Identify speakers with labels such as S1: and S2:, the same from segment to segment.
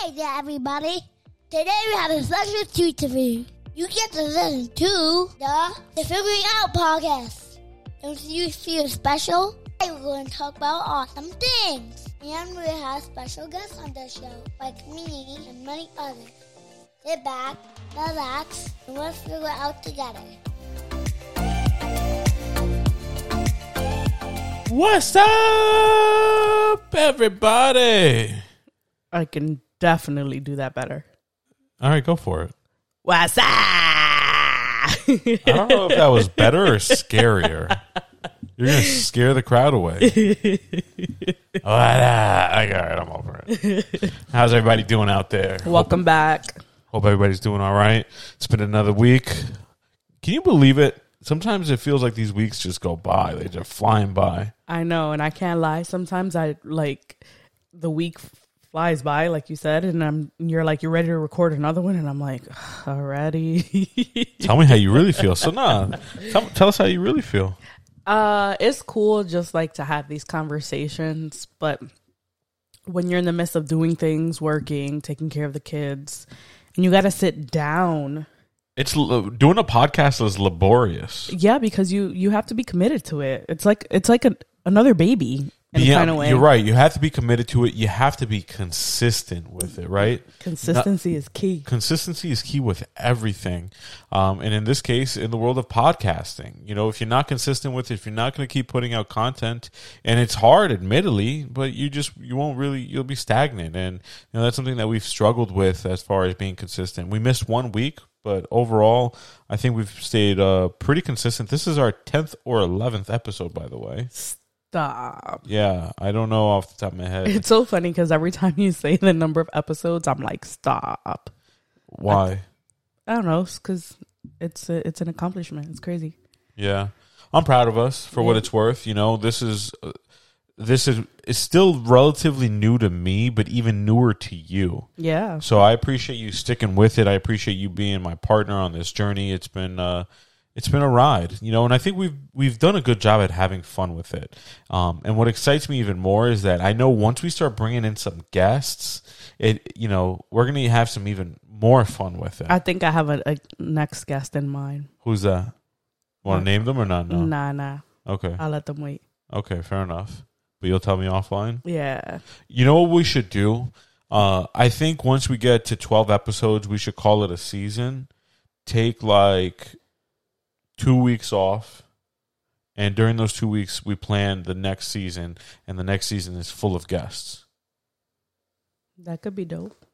S1: Hey there, everybody. Today we have a special treat for you. You get to listen to the, the Figuring Out podcast. Don't you feel special? Today we're going to talk about awesome things. And we have special guests on the show, like me and many others. Sit back, relax, and let's figure it out together.
S2: What's up, everybody?
S3: I can definitely do that better.
S2: All right, go for it.
S3: What's up?
S2: I don't know if that was better or scarier. You're gonna scare the crowd away. what up? Like, all right, I'm over it. How's everybody doing out there?
S3: Welcome back.
S2: Hope everybody's doing all right. It's been another week. Can you believe it? Sometimes it feels like these weeks just go by. They're just flying by.
S3: I know, and I can't lie. Sometimes I like the week f- flies by, like you said, and I'm you're like you're ready to record another one, and I'm like already.
S2: Tell me how you really feel. So nah, tell, tell us how you really feel.
S3: uh, it's cool just like to have these conversations, but when you're in the midst of doing things, working, taking care of the kids, and you got to sit down
S2: It's l- doing a podcast is laborious.
S3: Yeah, because you you have to be committed to it. It's like it's like a, another baby in a kind of way.
S2: You're right. You have to be committed to it. You have to be consistent with it, right?
S3: Consistency is key.
S2: Consistency is key with everything. Um, and in this case, in the world of podcasting, you know, if you're not consistent with it, if you're not going to keep putting out content, and it's hard, admittedly, but you just, you won't really, you'll be stagnant. And, you know, that's something that we've struggled with as far as being consistent. We missed one week, but overall, I think we've stayed uh, pretty consistent. This is our 10th or 11th episode, by the way.
S3: Stop.
S2: Yeah, I don't know off the top of my head.
S3: It's so funny because every time you say the number of episodes, I'm like, stop.
S2: Why?
S3: I don't know, because it's a, it's an accomplishment. It's crazy.
S2: Yeah, I'm proud of us for what it's worth. You know, this is uh, this is it's still relatively new to me, but even newer to you.
S3: Yeah,
S2: So I appreciate you sticking with it. I appreciate you being my partner on this journey. It's been uh, it's been a ride, you know, and I think we've we've done a good job at having fun with it. Um, and what excites me even more is that I know once we start bringing in some guests, it you know we're gonna have some even more fun with it.
S3: I think I have a, a next guest in mind.
S2: Who's that? Want to name them or not? No.
S3: Nah, nah.
S2: Okay.
S3: I'll let them wait.
S2: Okay. Fair enough. But you'll tell me offline.
S3: Yeah,
S2: You know what we should do? Uh, I think once we get to 12 episodes, we should call it a season. Take like two weeks off. And during those two weeks, we plan the next season. And the next season is full of guests.
S3: that could be dope.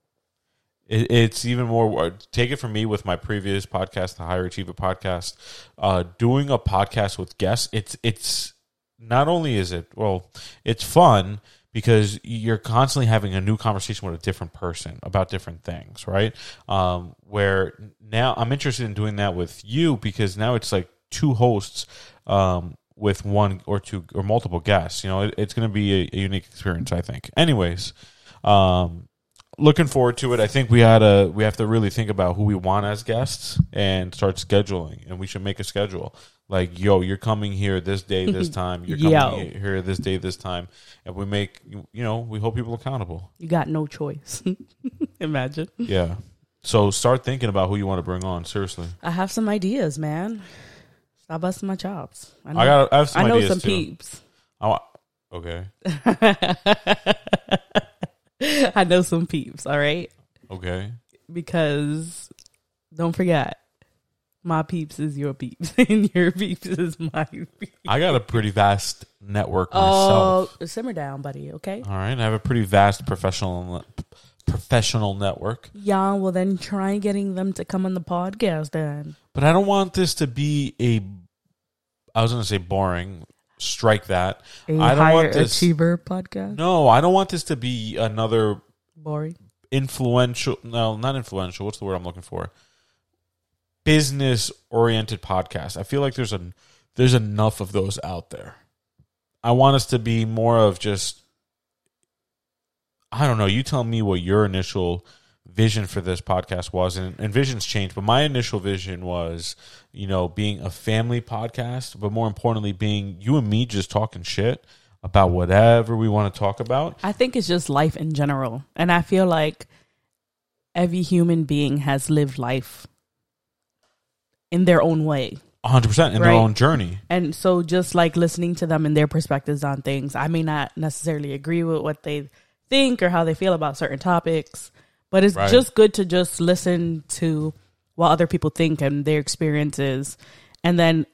S2: It, it's even more. Take it from me with my previous podcast, the Higher Achiever podcast. Uh, doing a podcast with guests, it's it's not only is it well, it's fun because you're constantly having a new conversation with a different person about different things, right? Um, where now I'm interested in doing that with you because now it's like two hosts. Um, with one or two or multiple guests, you know, it, it's going to be a, a unique experience, I think. Anyways, um, looking forward to it. I think we had to we have to really think about who we want as guests and start scheduling. And we should make a schedule. Like, yo, you're coming here this day, this time. You're coming
S3: Yo.
S2: he- here this day, this time. And we make you know we hold people accountable.
S3: You got no choice. Imagine.
S2: Yeah. So start thinking about who you want to bring on. Seriously,
S3: I have some ideas, man. Stop busting my chops. know.
S2: I got I have some
S3: I know
S2: ideas
S3: some
S2: too.
S3: peeps.
S2: I wa- okay,
S3: I know some peeps, all right?
S2: okay.
S3: Because don't forget, my peeps is your peeps and your peeps is my peeps.
S2: I got a pretty vast network
S3: Oh,
S2: myself.
S3: simmer down, buddy, okay?
S2: All right, I have a pretty vast professional professional network.
S3: Yeah, well then try getting them to come on the podcast then.
S2: But I don't want this to be a. I was going to say boring. Strike that. I
S3: A
S2: I don't
S3: higher
S2: want this.
S3: achiever podcast.
S2: No, I don't want this to be another
S3: Boring.
S2: influential. No, not influential. What's the word I'm looking for? Business oriented podcast. I feel like there's a there's enough of those out there. I want us to be more of just. I don't know. You tell me what your initial vision for this podcast was, and, and visions change. But my initial vision was, you know, being a family podcast, but more importantly, being you and me just talking shit about whatever we want to talk about.
S3: I think it's just life in general. And I feel like every human being has lived life in their own way.
S2: 100% in their
S3: Right.
S2: own journey.
S3: And so just like listening to them and their perspectives on things, I may not necessarily agree with what they think or how they feel about certain topics, but it's
S2: Right.
S3: just good to just listen to what other people think and their experiences. And then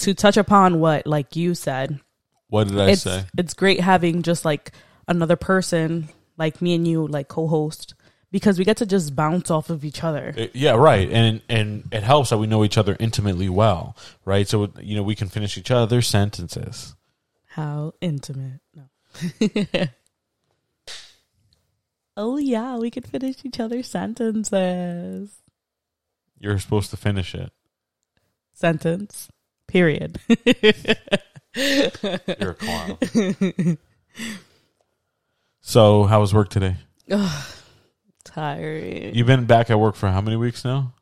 S3: to touch upon what like you said,
S2: What did I
S3: it's
S2: say?
S3: it's great having just like another person like me and you like co-host because we get to just bounce off of each other.
S2: It- yeah, right. And and it helps that we know each other intimately well, right? So you know, we can finish each other's sentences.
S3: How intimate. No. oh, yeah, we could finish each other's sentences.
S2: You're supposed to finish it.
S3: Sentence, period.
S2: You're a clown. so, how was work today?
S3: Tiring.
S2: You've been back at work for how many weeks now?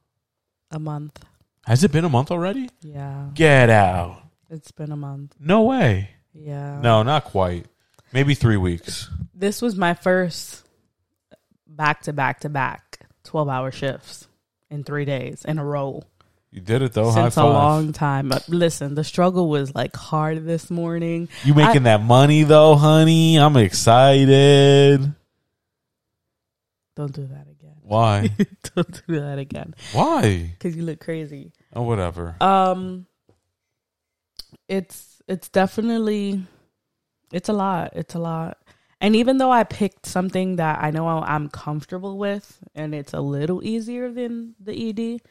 S3: a month.
S2: Has it been a month already?
S3: Yeah,
S2: Get out.
S3: it's been a month.
S2: No way.
S3: Yeah.
S2: No, not quite. Maybe 3 weeks.
S3: This was my first back to back to back 12 hour shifts in three days in a row.
S2: You did it though.
S3: Since a
S2: Oh, High five.
S3: long time. Uh, Listen, the struggle was like hard this morning.
S2: You making that money though, honey? I'm excited.
S3: Don't do that again.
S2: Why?
S3: Don't do that again.
S2: Why?
S3: Cause you look crazy.
S2: Oh, whatever.
S3: Um it's it's definitely it's a lot. It's a lot. And even though I picked something that I know I'm comfortable with and it's a little easier than the ED,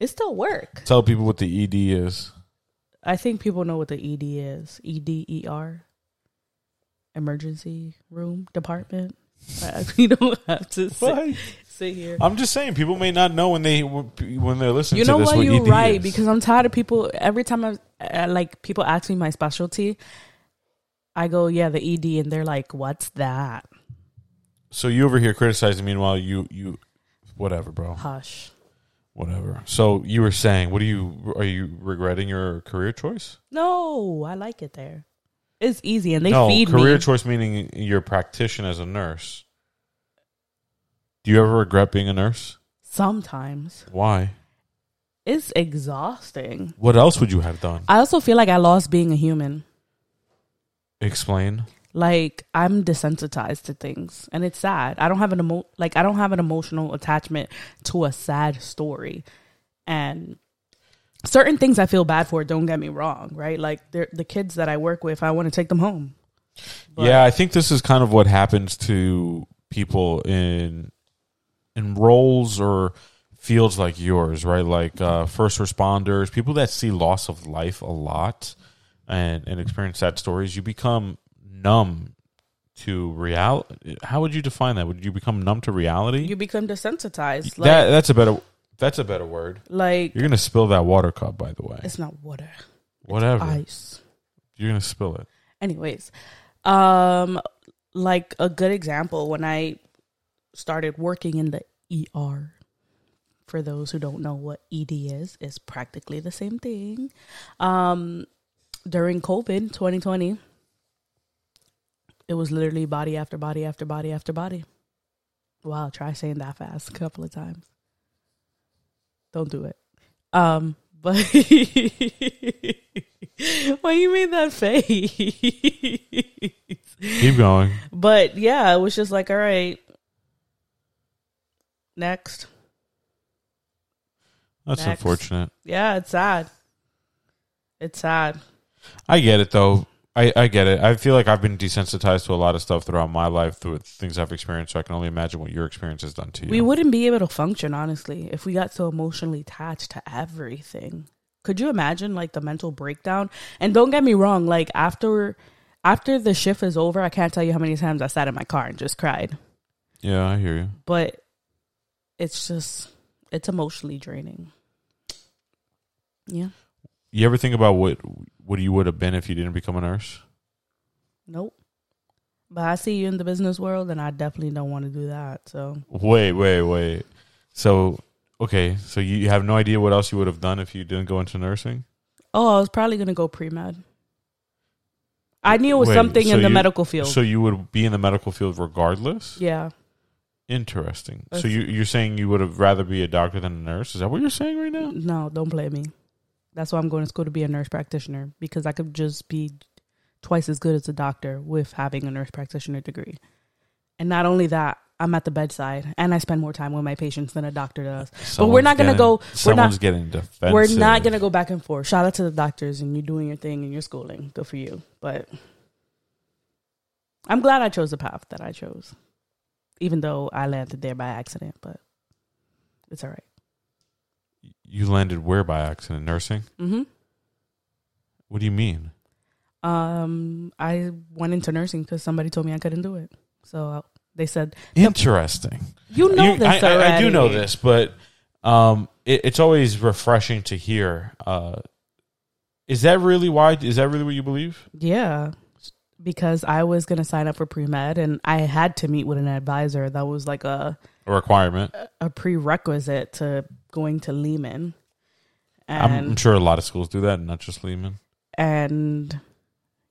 S3: it's still work.
S2: Tell people what the ED is.
S3: I think people know what the ED is. E D E R. Emergency room department. I- We don't have to sit,
S2: Why?
S3: sit here.
S2: I'm just saying, people may not know when they when they're listening.
S3: You know
S2: to this, E
S3: what?
S2: what
S3: You're
S2: ED
S3: right
S2: is.
S3: because I'm tired of people. Every time I uh, like people ask me my specialty, I go, "Yeah, the ED," and they're like, "What's that?"
S2: so you over here criticizing. Meanwhile, you you whatever, bro,
S3: Hush.
S2: whatever. So you were saying, what are you are you regretting your career choice?
S3: No, I like it there. It's easy, and they
S2: no,
S3: feed
S2: career
S3: me.
S2: choice meaning your practitioner as a nurse. Do you ever regret being a nurse?
S3: Sometimes
S2: Why?
S3: it's exhausting.
S2: What else would you have done?
S3: I also feel like I lost being a human.
S2: Explain.
S3: Like I'm desensitized to things, and it's sad. I don't have an emo- like I don't have an emotional attachment to a sad story, and certain things I feel bad for. Don't get me wrong, right? Like they're- the kids that I work with, I want to take them home. But-
S2: yeah, I think this is kind of what happens to people in in roles or fields like yours, right? Like uh, first responders, people that see loss of life a lot and and experience sad stories. You become numb to reality. How would you define that? Would you become numb to reality?
S3: You become desensitized. Like,
S2: that that's a better that's a better word.
S3: like
S2: You're gonna spill that water cup, by the way.
S3: it's not water,
S2: Whatever
S3: ice.
S2: you're gonna spill it.
S3: anyways um like a good example when i started working in the er for those who don't know what ed is is practically the same thing um during covid 2020 it was literally body after body after body after body wow try saying that fast a couple of times don't do it um but why you made that face
S2: Keep going.
S3: but yeah, it was just like, all right, next.
S2: That's
S3: Next.
S2: unfortunate.
S3: Yeah, it's sad. It's sad.
S2: I get it though. I, I get it. I feel like I've been desensitized to a lot of stuff throughout my life through things I've experienced. So I can only imagine what your experience has done to you.
S3: We wouldn't be able to function, honestly, if we got so emotionally attached to everything. Could you imagine like the mental breakdown? And don't get me wrong, like after after the shift is over, I can't tell you how many times I sat in my car and just cried.
S2: yeah, I hear you.
S3: But it's just it's emotionally draining. Yeah.
S2: You ever think about what what you would have been if you didn't become a nurse?
S3: Nope. But I see you in the business world, and I definitely don't want to do that. So
S2: Wait, wait, wait. So okay, so you have no idea what else you would have done if you didn't go into nursing.
S3: Oh, I was probably gonna go pre med. I knew it was
S2: Wait,
S3: something
S2: so
S3: in the
S2: you-
S3: medical field.
S2: So you would be in the medical field regardless.
S3: yeah.
S2: Interesting. So you you're saying you would have rather be a doctor than a nurse? Is that what you're saying right now?
S3: No, don't play me. That's why I'm going to school to be a nurse practitioner because I could just be twice as good as a doctor with having a nurse practitioner degree. And not only that, I'm at the bedside and I spend more time with my patients than a doctor does. but we're
S2: Someone's
S3: not going to
S2: getting-
S3: go. We're
S2: Someone's
S3: not.
S2: getting defensive.
S3: We're not going to go back and forth. Shout out to the doctors and you doing your thing and your schooling. Good for you. But I'm glad I chose the path that I chose, even though I landed there by accident. But it's all right.
S2: You landed where by accident? Nursing?
S3: Mm-hmm.
S2: What do you mean?
S3: Um, I went into nursing because somebody told me I couldn't do it. So I, they said,
S2: Interesting.
S3: "You know
S2: You-
S3: this
S2: I, I-
S3: already."
S2: I do know this, but um, it, it's always refreshing to hear. Uh, is that really why? Is that really what you believe?
S3: Yeah, because I was gonna sign up for pre med, and I had to meet with an advisor. That was like a
S2: A requirement.
S3: a prerequisite to going to Lehman.
S2: I'm,
S3: And
S2: I'm sure a lot of schools do that, not just Lehman.
S3: and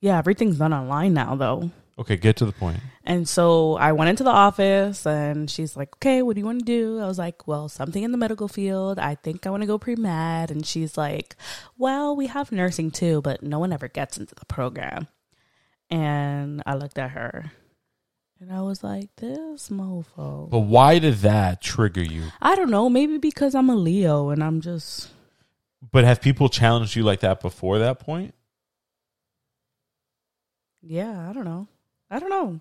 S3: yeah, everything's done online now though.
S2: Okay, get to the point.
S3: And so I went into the office and she's like, okay, what do you want to do? I was like, well, something in the medical field. I think I want to go pre med. And she's like, well, we have nursing too, but no one ever gets into the program. And I looked at her and I was like, this mofo.
S2: But why did that trigger you?
S3: I don't know, maybe because I'm a Leo and I'm just,
S2: But have people challenged you like that before that point?
S3: yeah, I don't know. I don't know.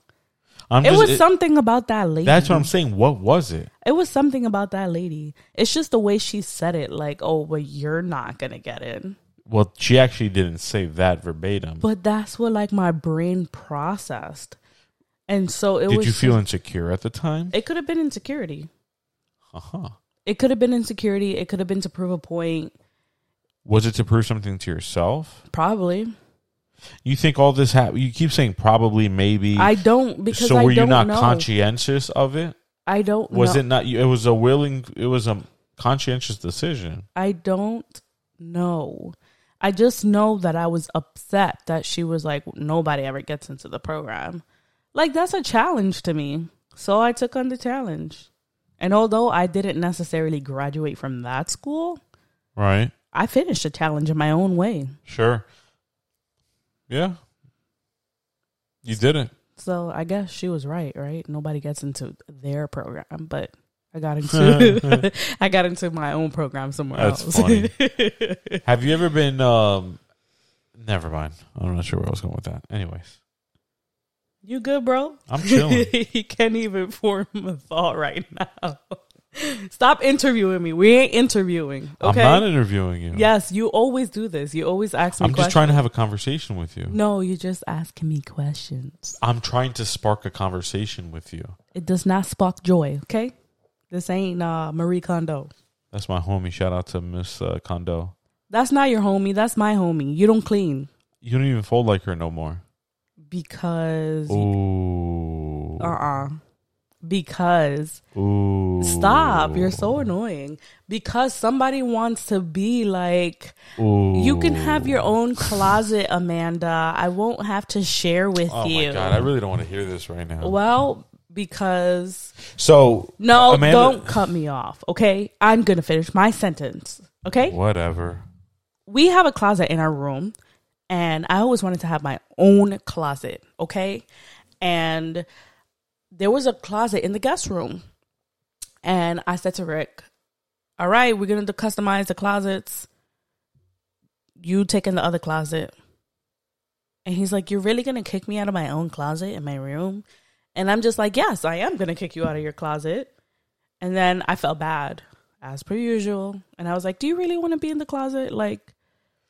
S2: I'm
S3: it
S2: just-
S3: was something about that lady.
S2: That's what I'm saying. What was it?
S3: It was something about that lady. It's just the way she said it, like, oh, well, you're not gonna get in.
S2: Well, she actually didn't say that verbatim.
S3: But that's what like my brain processed. And so it
S2: Did
S3: was
S2: you feel insecure at the time?
S3: it could have been insecurity.
S2: Uh huh.
S3: It could have been insecurity, it could have been to prove a point,
S2: Was it to prove something to yourself?
S3: probably.
S2: You think all this happened? You keep saying probably, maybe.
S3: I don't because
S2: so
S3: I
S2: were you
S3: don't
S2: not
S3: know.
S2: conscientious of it?
S3: I don't
S2: Was
S3: know.
S2: it not? It was a willing. It was a conscientious decision.
S3: I don't know. I just know that I was upset that she was like, nobody ever gets into the program. Like, that's a challenge to me. So I took on the challenge. And although I didn't necessarily graduate from that school,
S2: Right.
S3: I finished the challenge in my own way.
S2: Sure. Yeah. You did it.
S3: So I guess she was right, right? Nobody gets into their program, but I got into I got into my own program somewhere
S2: That's
S3: else.
S2: funny. Have you ever been? um Never mind. I'm not sure where I was going with that. Anyways,
S3: you good, bro?
S2: I'm chilling.
S3: he can't even form a thought right now. Stop interviewing me. We ain't interviewing.
S2: I'm
S3: Okay.
S2: not interviewing you.
S3: yes, you always do this. You always ask me
S2: I'm
S3: questions.
S2: just trying to have a conversation with you.
S3: no, you're just asking me questions.
S2: I'm trying to spark a conversation with you.
S3: It does not spark joy. Okay. This ain't uh, Marie Kondo.
S2: That's my homie. Shout out to Miss uh, Kondo.
S3: That's not your homie. That's my homie. You don't clean
S2: You don't even fold like her no more.
S3: because uh
S2: Ooh.
S3: uh because
S2: Ooh.
S3: stop. You're so annoying because somebody wants to be like.
S2: Ooh.
S3: You can have your own closet, Amanda. I won't have to share with
S2: Oh
S3: you.
S2: my god! I really don't want to hear this right now.
S3: well, because
S2: so
S3: no,
S2: Amanda-
S3: don't cut me off. Okay, I'm gonna finish my sentence. Okay,
S2: Whatever.
S3: we have a closet in our room, and I always wanted to have my own closet. Okay, and there was a closet in the guest room, and I said to Rick, "All right, we're gonna customize the closets. You take in the other closet." And he's like, You're really going to kick me out of my own closet in my room? And I'm just like, Yes, I am going to kick you out of your closet. And then I felt bad, as per usual. And I was like, Do you really want to be in the closet? Like,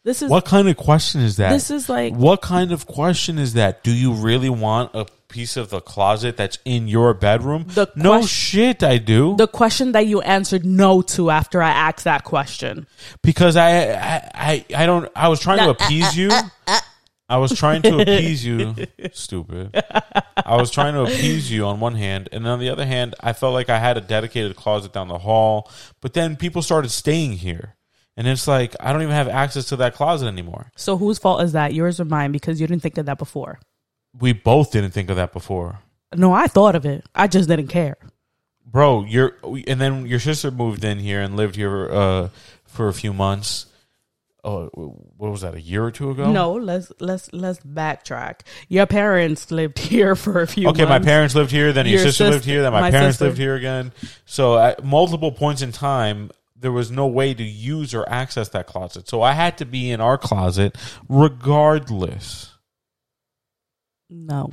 S3: this is
S2: What kind of question is that?
S3: This is like-
S2: What kind of question is that? Do you really want a piece of the closet that's in your bedroom?
S3: The
S2: no
S3: ques-
S2: shit, I do.
S3: the question that you answered no to after I asked that question.
S2: because I, I I I don't I was trying to appease you. I was trying to appease you, stupid. I was trying to appease you on one hand, and on the other hand, I felt like I had a dedicated closet down the hall. But then people started staying here, and it's like I don't even have access to that closet anymore.
S3: So, whose fault is that? Yours or mine? Because you didn't think of that before.
S2: We both didn't think of that before.
S3: No, I thought of it. I just didn't care.
S2: bro, you're and then your sister moved in here and lived here uh, for a few months. Oh, what was that? A year or two ago?
S3: No, let's let's let's backtrack. Your parents lived here for a few.
S2: Okay, my
S3: months.
S2: parents lived here. Then your,
S3: Your
S2: sister, lived
S3: sister-
S2: here. Then my,
S3: my
S2: parents
S3: sister.
S2: lived here again. So at multiple points in time, there was no way to use or access that closet. So I had to be in our closet regardless.
S3: No.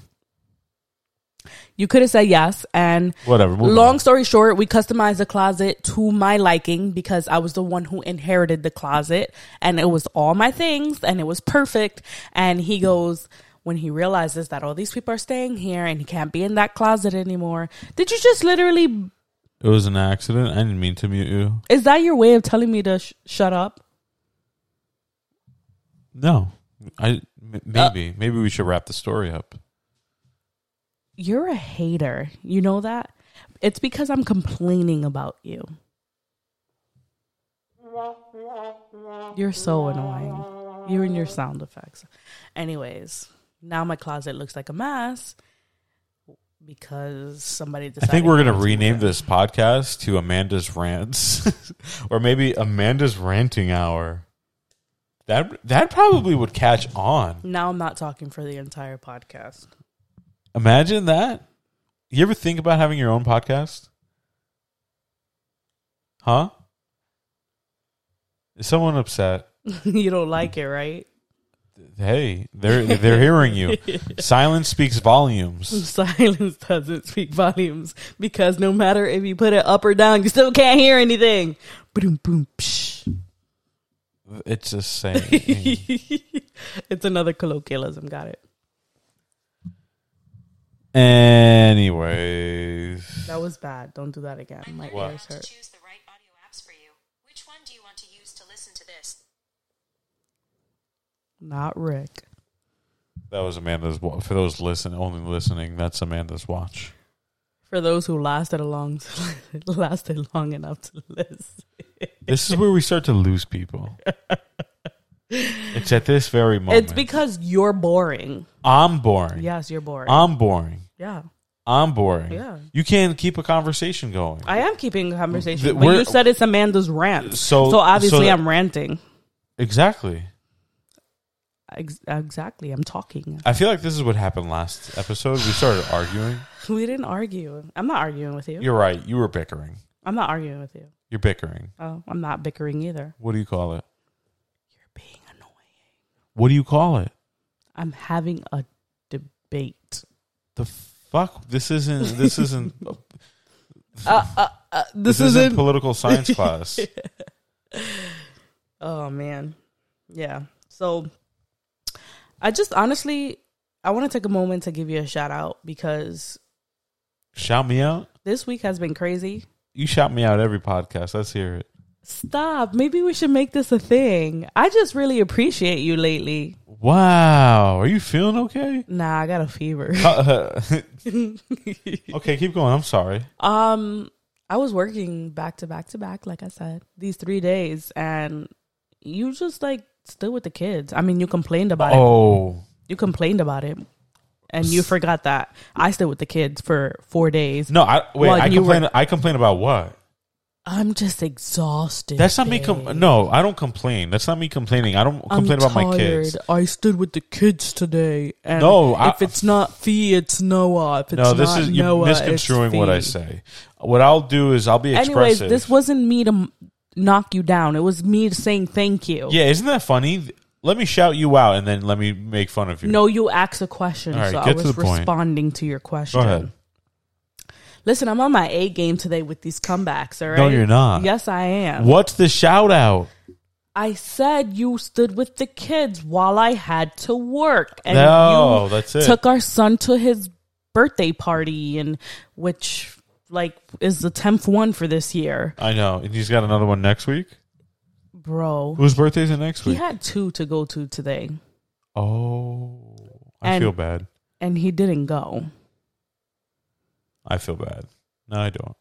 S3: You could have said yes, and
S2: Whatever. moving
S3: Long
S2: on.
S3: story short, we customized the closet to my liking because I was the one who inherited the closet and it was all my things and it was perfect. And he goes, when he realizes that all these people are staying here and he can't be in that closet anymore, did you just literally,
S2: It was an accident. I didn't mean to mute you.
S3: is that your way of telling me to sh- shut up?
S2: No. I
S3: Uh,
S2: m- maybe maybe we should wrap the story up.
S3: You're a hater. You know that? It's because I'm complaining about you. You're so annoying. You and your sound effects. Anyways, now my closet looks like a mess because somebody
S2: I
S3: decided.
S2: think we're gonna rename this podcast to Amanda's Rants, or maybe Amanda's Ranting Hour. That that probably would catch on.
S3: Now I'm not talking for the entire podcast.
S2: Imagine that. You ever think about having your own podcast? Huh? Is someone upset?
S3: you don't like it, right?
S2: Hey, they're they're hearing you. Silence speaks volumes.
S3: Silence doesn't speak volumes because no matter if you put it up or down, you still can't hear anything. Boom, boom, psh.
S2: It's a saying.
S3: it's another colloquialism. Got it.
S2: Anyways.
S3: That was bad. Don't do that again. My
S2: What?
S3: ears hurt.
S4: to choose the right audio apps for you. Which one do you want to use to listen to this?
S3: Not Rick.
S2: That was Amanda's wa- for those listen only listening. That's Amanda's watch.
S3: For those who lasted a long, lasted long enough to listen.
S2: This is where we start to lose people. it's at this very moment.
S3: It's because you're boring.
S2: I'm boring.
S3: Yes, you're boring.
S2: I'm boring.
S3: yeah,
S2: I'm boring.
S3: Yeah.
S2: You can't keep a conversation going.
S3: I am keeping a conversation.
S2: Th-
S3: but
S2: we're-
S3: you said it's Amanda's rant,
S2: So-
S3: so obviously
S2: so that-
S3: I'm ranting.
S2: exactly.
S3: Ex- exactly, I'm talking.
S2: I feel like this is what happened last episode. We started arguing.
S3: We didn't argue. I'm not arguing with you.
S2: You're right. You were bickering.
S3: I'm not arguing with you.
S2: You're bickering.
S3: Oh, I'm not bickering either.
S2: What do you call it?
S3: You're being annoying.
S2: What do you call it?
S3: I'm having a debate.
S2: The fuck? This isn't. This isn't.
S3: Uh, This,
S2: this isn't political science class.
S3: Oh man. Yeah. So I just honestly I want to take a moment to give you a shout out because
S2: Shout me out.
S3: this week has been crazy.
S2: You shout me out every podcast. Let's hear it.
S3: Stop. Maybe we should make this a thing. I just really appreciate you lately.
S2: Wow. Are you feeling okay?
S3: Nah, I got a fever.
S2: okay, keep going. I'm sorry.
S3: Um, I was working back to back to back, like I said, these three days, and you just like stood with the kids. I mean, you complained about it.
S2: Oh.
S3: You complained about it, and you forgot that I stayed with the kids for four days.
S2: No, I wait,
S3: Well,
S2: I
S3: you
S2: complain I complain about what?
S3: I'm just exhausted.
S2: That's not me
S3: babe.
S2: com- no, I don't complain. That's not me complaining. I don't
S3: I'm
S2: complain about my kids.
S3: tired. I stood with the kids today. And
S2: No, I-
S3: if it's not Fee, it's Noah. If it's
S2: No, this
S3: not
S2: is you're
S3: Noah, it's
S2: misconstruing what I
S3: Fee.
S2: say. What I'll do is I'll be
S3: Anyways,
S2: expressive.
S3: this wasn't me to m- knock you down. It was me saying thank you.
S2: yeah, isn't that funny? Let me shout you out and then let me make fun of you.
S3: No, you asked a question,
S2: All right,
S3: so I
S2: get to
S3: was
S2: the point.
S3: responding to your question.
S2: Go ahead.
S3: Listen, I'm on my A game today with these comebacks. All right?
S2: you're not.
S3: Yes, I am.
S2: What's the shout out?
S3: I said you stood with the kids while I had to work, and
S2: No,
S3: you
S2: that's it.
S3: took our son to his birthday party, and which like is the tenth one for this year,
S2: I know. And he's got another one next week.
S3: bro.
S2: Whose birthday's it next
S3: He
S2: week?
S3: had two to go to today,
S2: Oh, I
S3: And-
S2: feel bad.
S3: and he didn't go.
S2: I feel bad. No, I don't.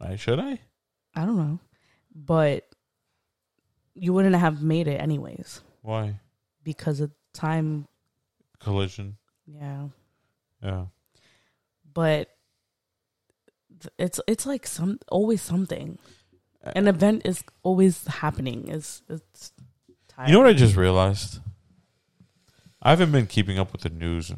S2: I should I?
S3: I don't know, but you wouldn't have made it anyways.
S2: Why
S3: because of time.
S2: collision?
S3: Yeah.
S2: Yeah.
S3: But it's it's like some always something. An event is always happening. Is it's tiring.
S2: You know what I just realized? I haven't been keeping up with the news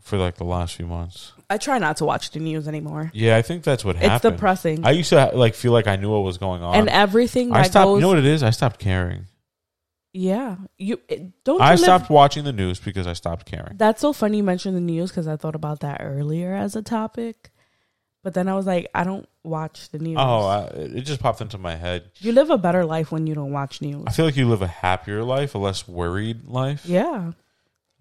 S2: for like the last few months.
S3: I try not to watch the news anymore.
S2: Yeah, I think that's what happened.
S3: depressing.
S2: I used to like feel like I knew what was going on.
S3: and everything
S2: I
S3: that
S2: stopped.
S3: goes,
S2: You know what it is? I stopped caring.
S3: yeah, you it, don't.
S2: I
S3: you live-
S2: stopped watching the news because I stopped caring.
S3: That's so funny you mentioned the news because I thought about that earlier as a topic, but then I was like, I don't watch the news.
S2: Oh, I, it just popped into my head.
S3: you live a better life when you don't watch news.
S2: I feel like you live a happier life, a less worried life.
S3: Yeah,
S2: Oh,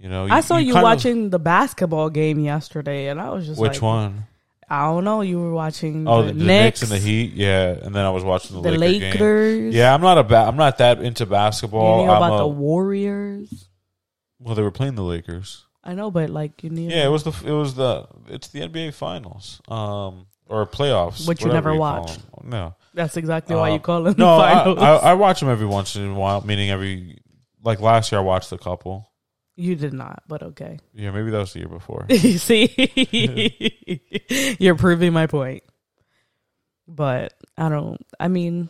S2: You know,
S3: I saw you,
S2: kind of-
S3: watching the basketball game yesterday, and I was just
S2: which
S3: like,
S2: one?
S3: I don't know. You were watching
S2: Oh,
S3: the,
S2: the, the Knicks
S3: Knicks,
S2: and the Heat. Yeah, and then I was watching the,
S3: the
S2: Laker game.
S3: Lakers.
S2: Yeah, I'm not a ba- I'm not that into
S3: You
S2: basketball.
S3: knew
S2: I'm
S3: about
S2: a-
S3: the Warriors.
S2: well, they were playing the Lakers.
S3: I know, but like you knew,
S2: Yeah, it was the it was the it's the NBA Finals, um, or playoffs,
S3: Which you
S2: whatever
S3: never
S2: call
S3: watched.
S2: them. No,
S3: that's exactly why
S2: Uh,
S3: you call it.
S2: no,
S3: the
S2: I,
S3: finals.
S2: I, I watch them every once in a while. Meaning every like last year, I watched a couple.
S3: you did not, but okay.
S2: Yeah, maybe that was the year before.
S3: You See, you're proving my point. But I don't. I mean,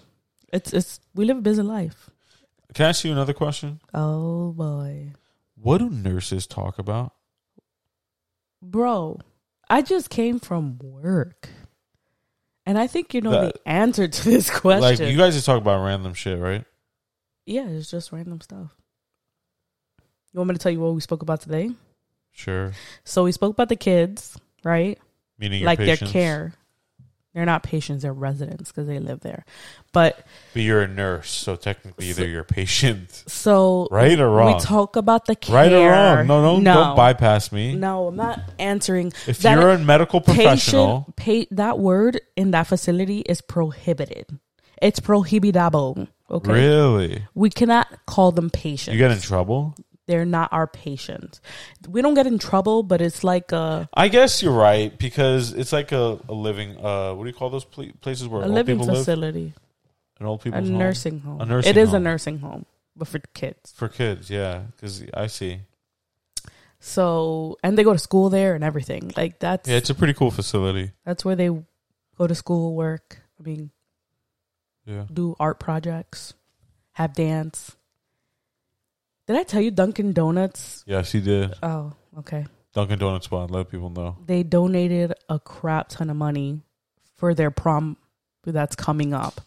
S3: it's it's we live a busy life.
S2: Can I ask you another question?
S3: Oh boy,
S2: What do nurses talk about?
S3: bro, I just came from work, and I think you know
S2: That-
S3: the answer to this question.
S2: Like you guys just talk about random shit, right?
S3: yeah, it's just random stuff. You want me to tell you what we spoke about today?
S2: Sure.
S3: So we spoke about the kids, right?
S2: Meaning your
S3: like
S2: patients,
S3: their care. They're not patients; they're residents because they live there. But
S2: But you're a nurse, so technically they're your patient.
S3: So
S2: Right or wrong?
S3: We talk about the care.
S2: Right or wrong? No, no, don't bypass me.
S3: No, I'm not answering.
S2: If
S3: That
S2: you're a medical professional,
S3: patient, pa- that word in that facility is prohibited. It's prohibidable. Okay,
S2: really,
S3: we cannot call them patients.
S2: you get in trouble.
S3: They're not our patients. We don't get in trouble, but it's like a,
S2: I guess you're right because it's like a, a living. Uh, what do you call those pl- places where
S3: a
S2: old
S3: living
S2: people live?
S3: facility,
S2: An old
S3: a
S2: people's home?
S3: nursing home.
S2: A nursing
S3: It is a
S2: home.
S3: nursing home, but for kids.
S2: for kids. Yeah, because I see.
S3: So and they go to school there and everything. Like that's
S2: Yeah, it's a pretty cool facility.
S3: That's where they go to school, work. I mean,
S2: Yeah.
S3: do art projects, have dance. Did I tell you Dunkin' Donuts?
S2: Yeah, she did.
S3: Oh, okay.
S2: Dunkin' Donuts spot. Let people know.
S3: They donated a crap ton of money for their prom that's coming up.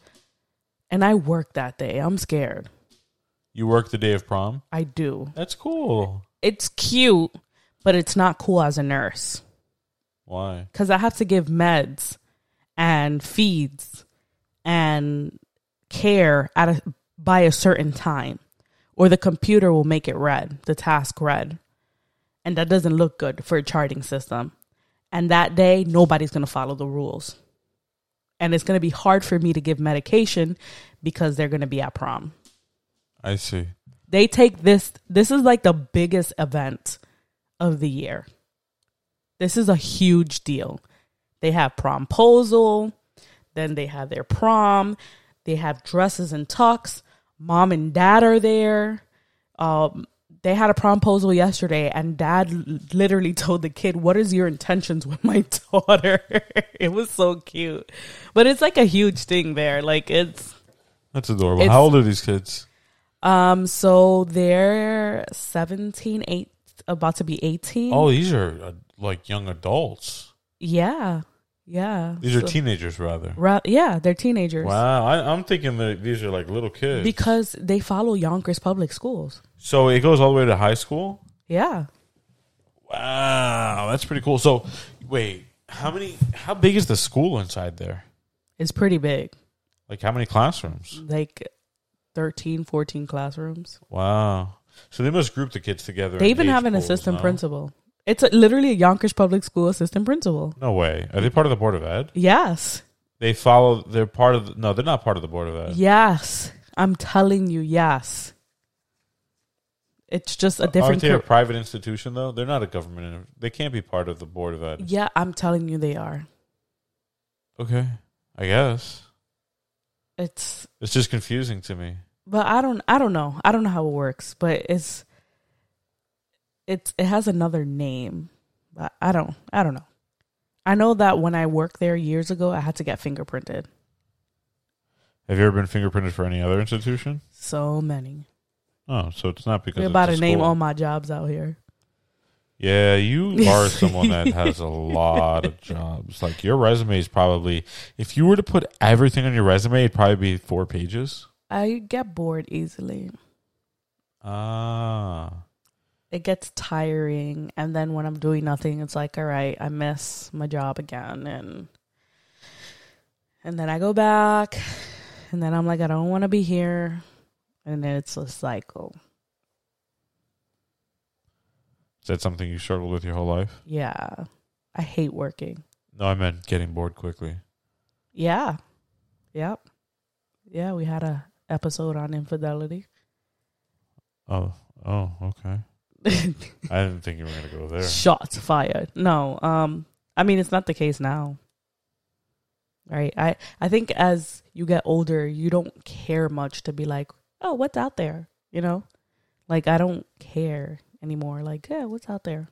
S3: And I work that day. I'm scared.
S2: You work the day of prom.
S3: I do.
S2: That's cool.
S3: It's cute, but it's not cool as a nurse
S2: Why?
S3: because I have to give meds and feeds and care at a, by a certain time, or the computer will make it red, the task red, and that doesn't look good for a charting system. And that day, nobody's going to follow the rules, and it's going to be hard for me to give medication because they're going to be at prom.
S2: I see.
S3: They take this. This is like the biggest event of the year. This is a huge deal. They have promposal, then they have their prom, they have dresses and tucks. Mom and dad are there. Um, they had a promposal yesterday, and dad l- literally told the kid, "What is your intentions with my daughter?" it was so cute, but it's like a huge thing there. Like it's
S2: That's adorable.
S3: It's-
S2: How old are these kids?
S3: um, so they're 17, eight, about to be 18.
S2: Oh, these are uh, like young adults.
S3: yeah. Yeah.
S2: These are
S3: So-
S2: teenagers, rather.
S3: Ra- yeah, they're teenagers.
S2: Wow, I, I'm thinking that these are like little kids.
S3: Because they follow Yonkers Public Schools.
S2: so it goes all the way to high school.
S3: Yeah.
S2: Wow, that's pretty cool. So, wait, how many? How big is the school inside there?
S3: It's pretty big.
S2: Like how many classrooms?
S3: Like 13, 14 classrooms.
S2: Wow. So they must group the kids together.
S3: They
S2: in
S3: even
S2: age
S3: have an
S2: pools,
S3: assistant
S2: no?
S3: principal. It's a, literally a Yonkers Public School assistant principal.
S2: No way. Are they part of the board of ed?
S3: Yes.
S2: They follow. They're part of. The, no, they're not part of the board of ed.
S3: Yes. I'm telling you, yes. It's just a
S2: Aren't
S3: different
S2: they a
S3: career.
S2: private institution though? They're not a government. inter- They can't be part of the board of ed.
S3: Yeah, I'm telling you, they are.
S2: Okay, I guess
S3: It's,
S2: it's just confusing to me.
S3: but I don't, I don't know, I don't know how it works, but it's, it's, it has another name, but I don't, I don't know. I know that when I worked there years ago, I had to get fingerprinted.
S2: Have you ever been fingerprinted for any other institution?
S3: So many.
S2: Oh, so it's not because
S3: We're
S2: it's
S3: about to
S2: a
S3: name
S2: school.
S3: all my jobs out here.
S2: Yeah, you are someone that has a lot of jobs. Like your resume is probably, if you were to put everything on your resume, it'd probably be four pages.
S3: I get bored easily.
S2: Ah,
S3: It gets tiring, and then when I'm doing nothing, it's like, all right, I miss my job again, and and then I go back, and then I'm like, I don't want to be here, and then it's a cycle.
S2: is that something you struggled with your whole life?
S3: Yeah, I hate working.
S2: No, I meant getting bored quickly.
S3: Yeah, yep, yeah. We had a episode on infidelity.
S2: Oh, oh, okay. I didn't think you were gonna go there.
S3: Shots fired. No, um, I mean it's not the case now. Right. I I think as you get older, you don't care much to be like, oh, what's out there? You know, like I don't care anymore. Like, yeah, what's out there?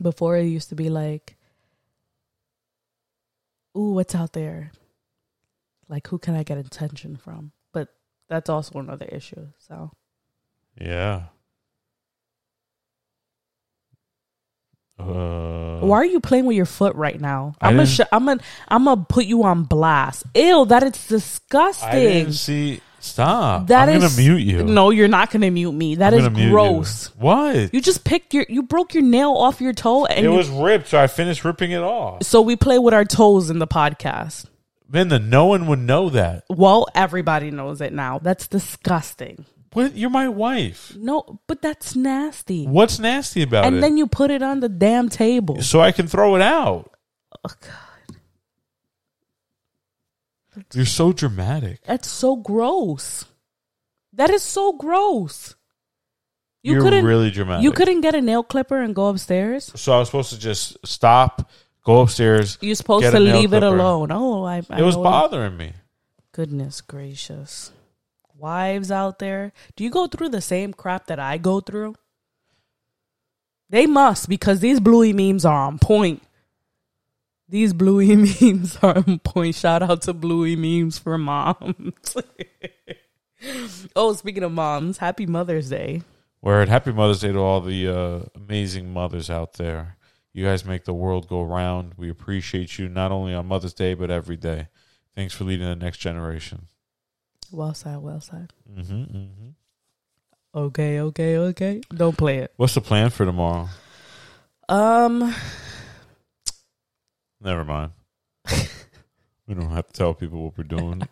S3: Before it used to be like, ooh, what's out there? Like, who can I get attention from? But that's also another issue. So
S2: Yeah. Uh,
S3: Why are you playing with your foot right now?
S2: I
S3: I'm gonna,
S2: didn't-
S3: sh- I'm gonna, I'm gonna put you on blast. Ew, that is disgusting.
S2: I didn't see. Stop.
S3: That
S2: I'm
S3: is-
S2: gonna mute you.
S3: No, you're not gonna mute me. That
S2: I'm
S3: is
S2: gonna mute you.
S3: gross.
S2: What?
S3: You. just picked your, you broke your nail off your toe, and
S2: it
S3: you-
S2: was ripped, so I finished ripping it off.
S3: so we play with our toes in the podcast.
S2: Then the no one would know that.
S3: Well, everybody knows it now. That's disgusting.
S2: What? You're my wife.
S3: No, but that's nasty.
S2: What's nasty about
S3: And
S2: it?
S3: then you put it on the damn table.
S2: so I can throw it out.
S3: Oh, God.
S2: You're so dramatic.
S3: That's so gross. That is so gross. You
S2: are
S3: couldn't
S2: really dramatic.
S3: You couldn't get a nail clipper and go upstairs.
S2: So I was supposed to just stop, go upstairs.
S3: You're supposed
S2: get
S3: to
S2: a nail
S3: leave it
S2: clipper.
S3: alone. Oh, I, I
S2: It was
S3: know that.
S2: bothering me.
S3: Goodness gracious, wives out there, do you go through the same crap that I go through? They must because these bluey memes are on point. These bluey memes are on point. Shout out to bluey memes for moms. oh, speaking of moms, happy Mother's Day.
S2: Word. Happy Mother's Day to all the uh, amazing mothers out there. You guys make the world go round. We appreciate you not only on Mother's Day, but every day. Thanks for leading the next generation.
S3: Well said, well said.
S2: Mm-hmm, mm-hmm.
S3: Okay, okay, okay. Don't play it.
S2: What's the plan for tomorrow?
S3: Um,
S2: Never mind. we don't have to tell people what we're doing.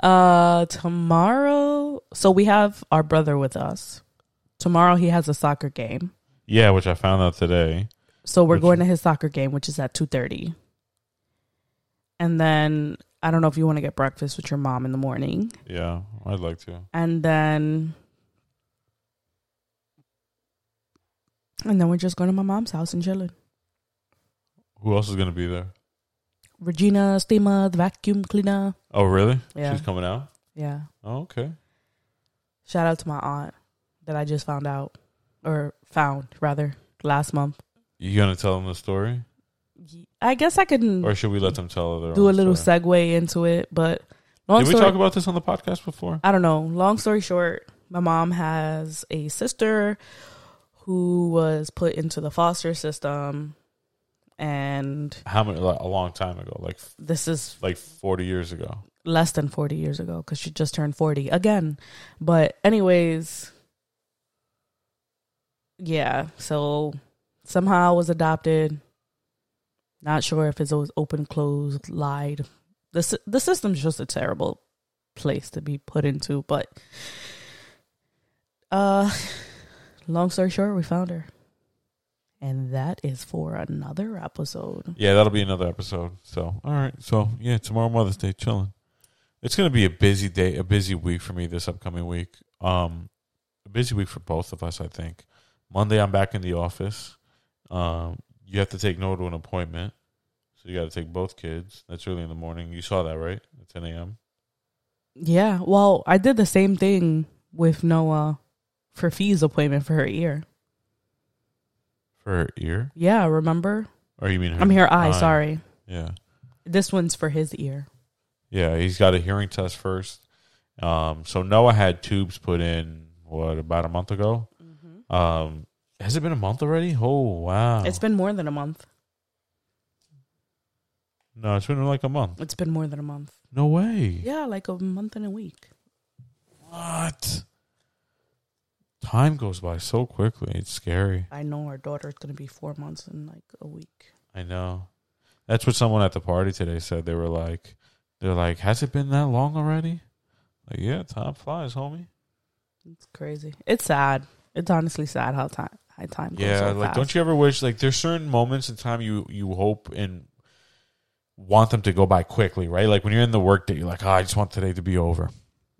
S3: Uh, tomorrow. So we have our brother with us. Tomorrow he has a soccer game,
S2: yeah, which I found out today.
S3: so we're
S2: Which-
S3: going to his soccer game, which is at two thirty. And then I don't know if you want to get breakfast with your mom in the morning,
S2: Yeah, I'd like to.
S3: and then and then we're just going to my mom's house and chilling.
S2: Who else is going to be there?
S3: Regina Steamer, the vacuum cleaner.
S2: Oh, really?
S3: Yeah.
S2: She's coming out?
S3: Yeah.
S2: Oh, okay.
S3: Shout out to my aunt that I just found out or found rather last month.
S2: You going to tell them the story?
S3: I guess I can
S2: Or should we let them tell their
S3: do a
S2: own
S3: little
S2: story?
S3: segue into it, but long
S2: Did we
S3: story,
S2: talk about this on the podcast before?
S3: I don't know. Long story short, my mom has a sister who was put into the foster system, and
S2: How many? Like, a long time ago, like
S3: this is
S2: like forty years ago.
S3: less than 40 years ago because she just turned 40 again. But, anyways, yeah, so somehow was adopted. Not sure if it's always open, closed, lied. The, sy- the system's just a terrible place to be put into. But, uh, long story short, we found her. And that is for another episode.
S2: Yeah, that'll be another episode. So, all right. So, yeah, tomorrow Mother's Day, chilling. It's gonna be a busy day, a busy week for me this upcoming week. Um, a busy week for both of us, I think. Monday, I'm back in the office. Um, you have to take Noah to an appointment, so you got to take both kids. That's early in the morning. You saw that, right? At 10 a.m.
S3: Yeah, well, I did the same thing with Noah for Fee's appointment for her ear.
S2: for her ear.
S3: Yeah, remember?
S2: Or you mean? Her,
S3: I'm here. I
S2: eye.
S3: sorry.
S2: Yeah,
S3: This one's for his ear.
S2: yeah. He's got a hearing test first. Um, so Noah had tubes put in what about a month ago? Um, has it been a month already? Oh wow!
S3: Mm-hmm. It's been more than a month.
S2: no, it's been like a month.
S3: It's been more than a month.
S2: No way.
S3: Yeah, like a month and a week.
S2: What? Time goes by so quickly. It's scary.
S3: I know our daughter's gonna be four months in like a week.
S2: I know. That's what someone at the party today said. They were like, they're like, has it been that long already? Like, yeah, time flies, homie.
S3: It's crazy. It's sad. It's honestly sad how time how time goes.
S2: Yeah,
S3: so
S2: like,
S3: fast.
S2: don't you ever wish like there's certain moments in time you you hope and want them to go by quickly, right? Like when you're in the workday, you're like, oh, I just want today to be over.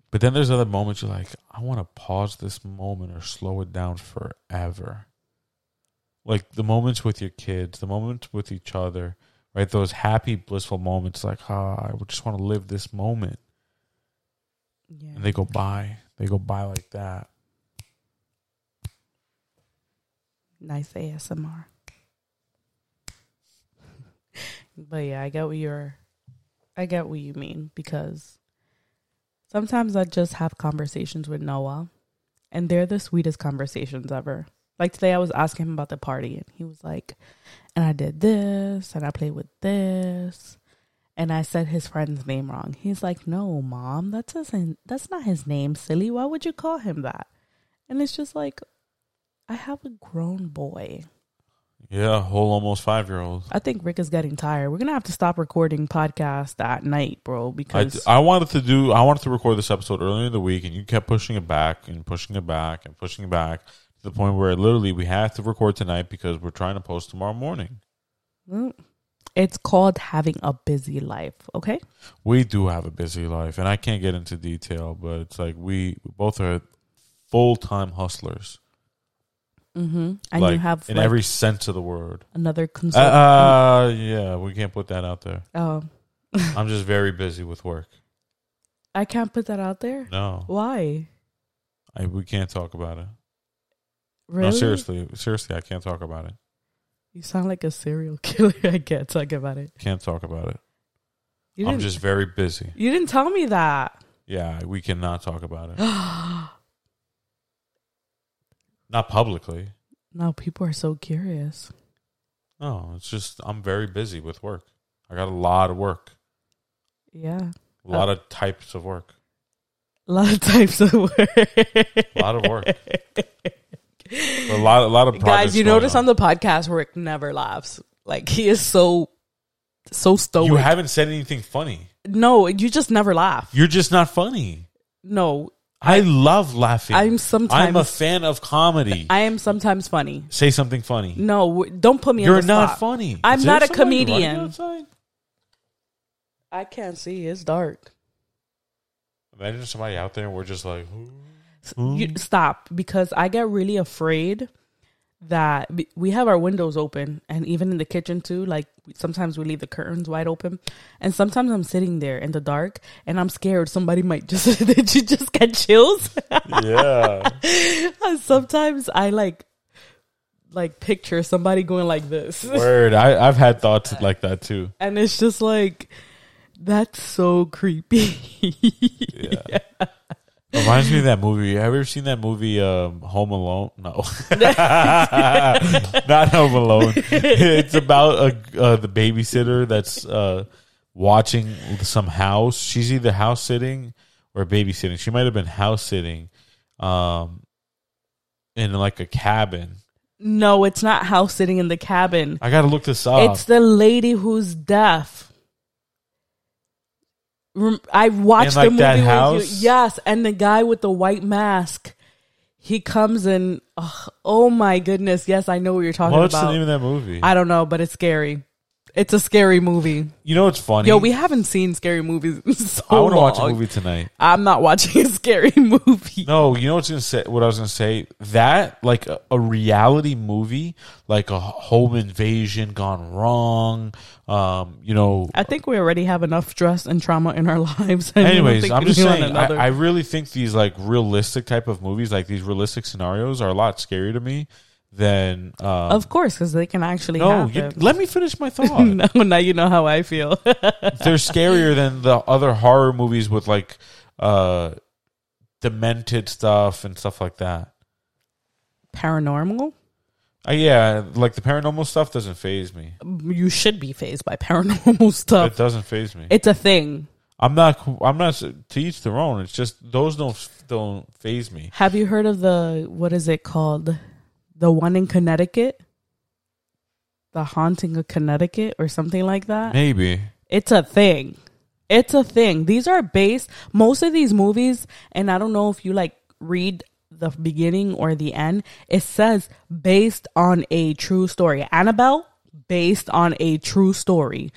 S2: But then there's other moments you're like, I want to pause this moment or slow it down forever. Like the moments with your kids, the moments with each other, right? Those happy, blissful moments, like, ah, I just want to live this moment.
S3: Yeah.
S2: And they go by. They go by like that.
S3: nice ASMR. but yeah, I get what you're I get what you mean because sometimes I just have conversations with Noah and they're the sweetest conversations ever. Like today I was asking him about the party and he was like, and I did this and I played with this and I said his friend's name wrong. He's like, No, mom, that's isn't that's not his name, silly. Why would you call him that? And it's just like I have a grown boy.
S2: Yeah, whole almost five year old.
S3: I think Rick is getting tired. We're gonna have to stop recording podcasts at night, bro,
S2: I,
S3: because
S2: I wanted to do I wanted to record this episode earlier in the week and you kept pushing it back and pushing it back and pushing it back to the point where literally we have to record tonight because we're trying to post tomorrow morning.
S3: Mm. it's called having a busy life. Okay,
S2: We do have a busy life and I can't get into detail, but it's like we, we both are full time hustlers.
S3: mm-hmm. and
S2: like,
S3: you have
S2: in
S3: like,
S2: every sense of the word.
S3: another
S2: Uh,
S3: consultant.
S2: uh, yeah, we can't put that out there.
S3: oh,
S2: I'm just very busy with work.
S3: I can't put that out there.
S2: No,
S3: Why?
S2: I, we can't talk about it.
S3: Really?
S2: No, seriously, seriously, I can't talk about it.
S3: You sound like a serial killer. I can't talk about it.
S2: Can't talk about it.
S3: You
S2: I'm
S3: didn't-
S2: just very busy.
S3: You didn't tell me that.
S2: Yeah, we cannot talk about it. Not publicly.
S3: Now people are so curious.
S2: No, it's just I'm very busy with work. I got a lot of work,
S3: Yeah,
S2: a lot
S3: Oh.
S2: of types of work.
S3: a lot of types of work.
S2: A lot of work. A lot, a lot of projects
S3: guys you
S2: going
S3: notice on. the podcast rick never laughs like he is so so stoic
S2: you haven't said anything funny.
S3: no you just never laugh
S2: You're just not funny.
S3: no
S2: I, love laughing.
S3: I'm sometimes-
S2: I'm a fan of comedy.
S3: i am sometimes funny
S2: Say something funny.
S3: no w- don't put me
S2: You're
S3: on the
S2: not
S3: spot.
S2: funny.
S3: i'm
S2: Is there
S3: not a
S2: somebody running
S3: comedian
S2: outside?
S3: i can't see it's dark
S2: Imagine somebody out there and we're just like, "Ooh."
S3: S-
S2: Hmm.
S3: you, stop because i get really afraid that b- we have our windows open and even in the kitchen too like sometimes we leave the curtains wide open and sometimes i'm sitting there in the dark and i'm scared somebody might just did you just get chills
S2: yeah.
S3: And sometimes I like like picture somebody going like this.
S2: Word. I, I've had thoughts like that too.
S3: And it's just like that's so creepy.
S2: Reminds me of that movie. Have you ever seen that movie, um, Home Alone? No, not Home Alone. it's about a, uh, the babysitter that's uh, watching some house. She's either house sitting or babysitting. She might have been house sitting, um, in like a cabin.
S3: no, it's not house sitting in the cabin.
S2: I gotta look this up.
S3: It's the lady who's deaf. Rem- I
S2: In,
S3: watched
S2: like,
S3: the movie
S2: that
S3: with
S2: house?
S3: you. Yes, and the guy with the white mask, he comes in. ugh, oh my goodness! Yes, I know what you're talking
S2: What's
S3: about.
S2: the name of that movie?
S3: I don't know, but it's scary. It's a scary movie.
S2: you know what's funny?
S3: Yo, we haven't seen scary movies in so
S2: I want to watch a
S3: long.
S2: movie tonight.
S3: I'm not watching a scary movie.
S2: No, you know what's gonna say? What I was gonna say that like a, a reality movie, like a home invasion gone wrong. Um, you know.
S3: I think we already have enough stress and trauma in our lives. I don't
S2: Anyways,
S3: think
S2: I'm
S3: we
S2: just
S3: need one
S2: saying.
S3: another.
S2: I, I really think these like realistic type of movies, like these realistic scenarios, are a lot scary to me then um,
S3: of course, because they can actually
S2: no.
S3: have
S2: You,
S3: them.
S2: let me finish my thought.
S3: no, now you know how I feel.
S2: They're scarier than the other horror movies with like uh, demented stuff and stuff like that.
S3: paranormal?
S2: Uh, yeah, like the paranormal stuff doesn't phase me.
S3: You should be phased by paranormal
S2: It
S3: stuff.
S2: doesn't phase me.
S3: It's a thing.
S2: I'm not. I'm not to each their own. It's just those don't don't phase me.
S3: Have you heard of the what is it called? The one in Connecticut? The haunting of Connecticut or something like that?
S2: Maybe
S3: It's a thing. It's a thing. These are based most of these movies, and I don't know if you like read the beginning or the end. It says based on a true story. Annabelle based on a true story.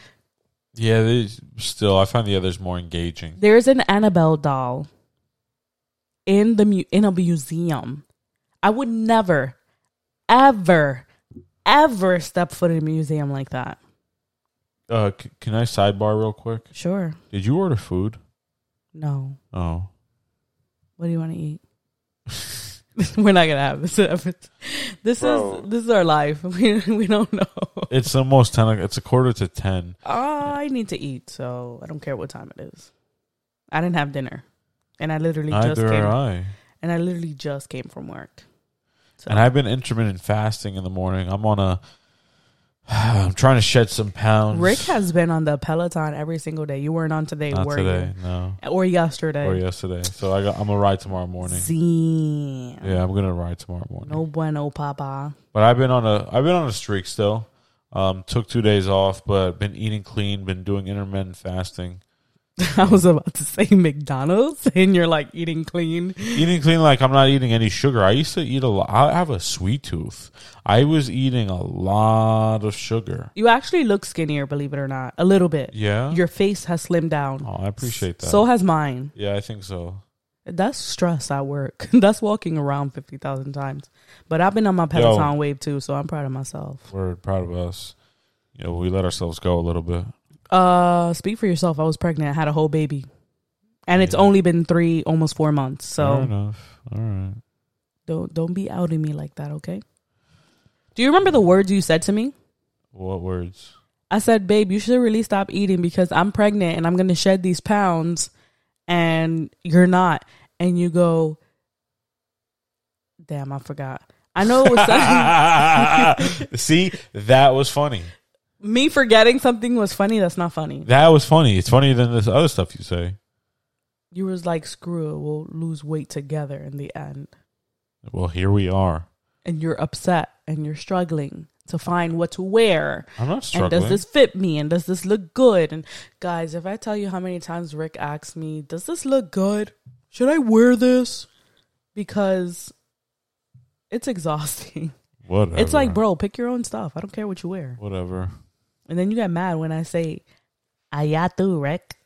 S2: Yeah, they, still, I find the others more engaging.
S3: There's an Annabelle doll in the mu- in a museum. I would never, ever, ever step foot in a museum like that.
S2: Uh, c- can I sidebar real quick?
S3: Sure.
S2: Did you order food?
S3: No.
S2: Oh,
S3: What do you want to eat? We're not gonna have this. episode. This
S2: Bro.
S3: is this is our life. We we don't know.
S2: it's almost ten. o- It's a quarter to ten.
S3: I need to eat, so I don't care what time it is. I didn't have dinner, and I literally just
S2: Neither
S3: came.
S2: are I.
S3: And I literally just came from work. So
S2: And I've been intermittent fasting in the morning. I'm on a. I'm trying to shed some pounds.
S3: Rick has been on the Peloton every single day. You weren't on today,
S2: not
S3: were
S2: today, no,
S3: you? Or yesterday?
S2: or yesterday. So I got, I'm gonna ride tomorrow morning.
S3: Zee.
S2: Yeah, I'm gonna ride tomorrow morning.
S3: No bueno, Papa.
S2: But I've been on a I've been on a streak still. Um, took two days off, but been eating clean, been doing intermittent fasting.
S3: I was about to say McDonald's, and you're like eating clean.
S2: eating clean like I'm not eating any sugar. I used to eat a lot. I have a sweet tooth. I was eating a lot of sugar.
S3: You actually look skinnier, believe it or not, a little bit.
S2: Yeah.
S3: Your face has slimmed down.
S2: oh, I appreciate that.
S3: So has mine.
S2: yeah, I think so.
S3: That's stress at work. That's walking around 50,000 times. But I've been on my Peloton wave too, so I'm proud of myself.
S2: We're proud of us. You know, we let ourselves go a little bit.
S3: Uh, speak for yourself. I was pregnant. I had a whole baby. And it's
S2: Yeah.
S3: only been 3 almost 4 months.
S2: Fair
S3: So
S2: enough. All right.
S3: don't don't be outing me like that, okay? Do you remember the words you said to me?
S2: What words?
S3: I said, "Babe, you should really stop eating because I'm pregnant and I'm going to shed these pounds and you're not." And you go, "Damn, I forgot." I know it was something.
S2: See, that was funny.
S3: me forgetting something was funny. That's not funny.
S2: That was funny. It's funnier than this other stuff you say.
S3: You was like, "Screw it, we'll lose weight together in the end."
S2: Well, here we are.
S3: And you're upset and you're struggling to find what to wear.
S2: I'm not
S3: And
S2: struggling.
S3: does this fit me? And does this look good? And guys, if I tell you how many times Rick asks me, does this look good? Should I wear this? Because it's exhausting.
S2: Whatever.
S3: It's like, bro, pick your own stuff. I don't care what you wear.
S2: Whatever.
S3: And then you get mad when I say, Ayatu, Rick.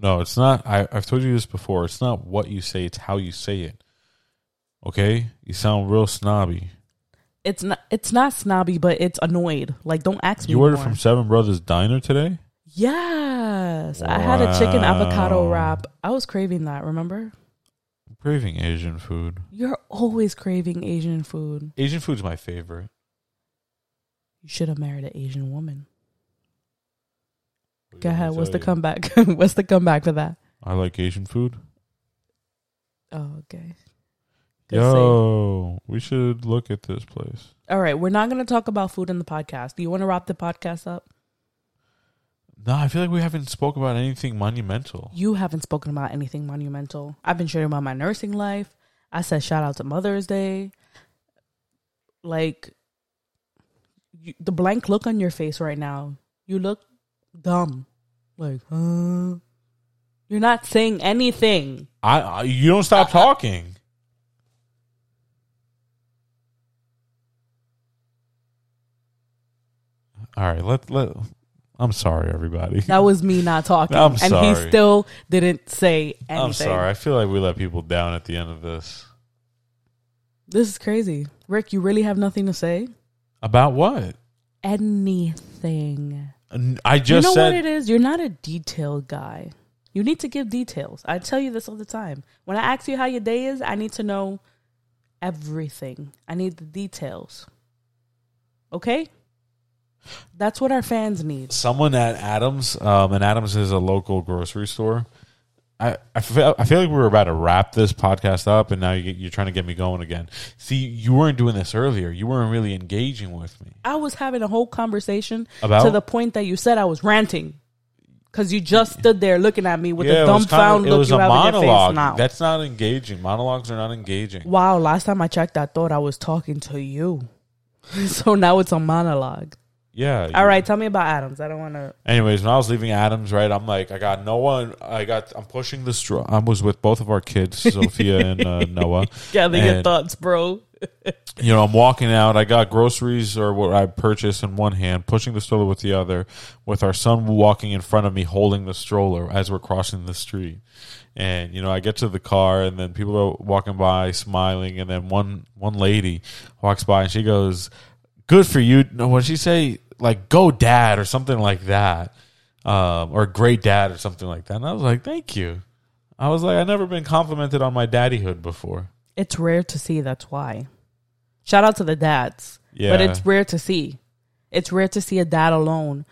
S2: No, it's not. I, I've told you this before. It's not what you say, it's how you say it. Okay? You sound real snobby.
S3: It's not it's not snobby, but it's annoyed. Like don't ask me.
S2: You ordered
S3: more.
S2: from Seven Brothers Diner today?
S3: Yes. I had a chicken avocado
S2: Wow.
S3: wrap. I was craving that, remember?
S2: I'm craving Asian food.
S3: You're always craving Asian food.
S2: Asian food's my favorite.
S3: You should have married an Asian woman.
S2: What
S3: Go
S2: do you want me
S3: ahead.
S2: to
S3: What's
S2: tell
S3: the
S2: you?
S3: comeback? what's the comeback for that?
S2: I like Asian food.
S3: Oh, okay. Good save.
S2: Yo, we should look at this place.
S3: All right. We're not going to talk about food in the podcast. Do you want to wrap the podcast up?
S2: No, I feel like we haven't spoke about anything monumental.
S3: You haven't spoken about anything monumental. I've been sharing about my nursing life. I said shout out to Mother's Day. Like, you, the blank look on your face right now, you look dumb. Like, huh? You're not saying anything.
S2: I, I you don't stop talking. All right, let let. I'm sorry, everybody.
S3: That was me not talking.
S2: I'm
S3: and he
S2: sorry.
S3: still didn't say anything.
S2: I'm sorry. I feel like we let people down at the end of this.
S3: This is crazy. Rick, you really have nothing to say?
S2: About what?
S3: Anything.
S2: N- I
S3: you
S2: just
S3: know
S2: said.
S3: what it is? You're not a detailed guy. You need to give details. I tell you this all the time. When I ask you how your day is, I need to know everything. I need the details. Okay? That's what our fans need.
S2: someone at Adams, um, and Adams is a local grocery store. I, I feel I feel like we were about to wrap this podcast up, and now you, you're trying to get me going again. See, you weren't doing this earlier. You weren't really engaging with me.
S3: I was having a whole conversation
S2: About?
S3: to the point that you said I was ranting. Because you just stood there looking at me with
S2: it
S3: a
S2: was
S3: dumbfound
S2: kinda- it
S3: look
S2: was
S3: you
S2: a
S3: have in your face
S2: monologue.
S3: now.
S2: That's not engaging. Monologues are not engaging.
S3: wow, last time I checked, I thought I was talking to you. so now it's a monologue.
S2: Yeah.
S3: All
S2: you-
S3: right, tell me about Adams. I don't want to.
S2: Anyways, when I was leaving Adams, right, I'm like, I got no one. I got. I'm pushing the straw. I was with both of our kids, Sophia and uh, Noah.
S3: Gather your
S2: And-
S3: thoughts, bro.
S2: you know, I'm walking out. I got groceries or what I purchased in one hand, pushing the stroller with the other, with our son walking in front of me holding the stroller as we're crossing the street. And you know, I get to the car, and then people are walking by, smiling, and then one one lady walks by, and she goes, "Good for you." No, what she say? Like, "Go, dad," or something like that, um, or "Great dad," or something like that. And I was like, "Thank you." I was like, "I've never been complimented on my daddyhood before."
S3: It's rare to see. That's why. Shout out to the dads.
S2: Yeah.
S3: But it's rare to see. It's rare to see a dad alone,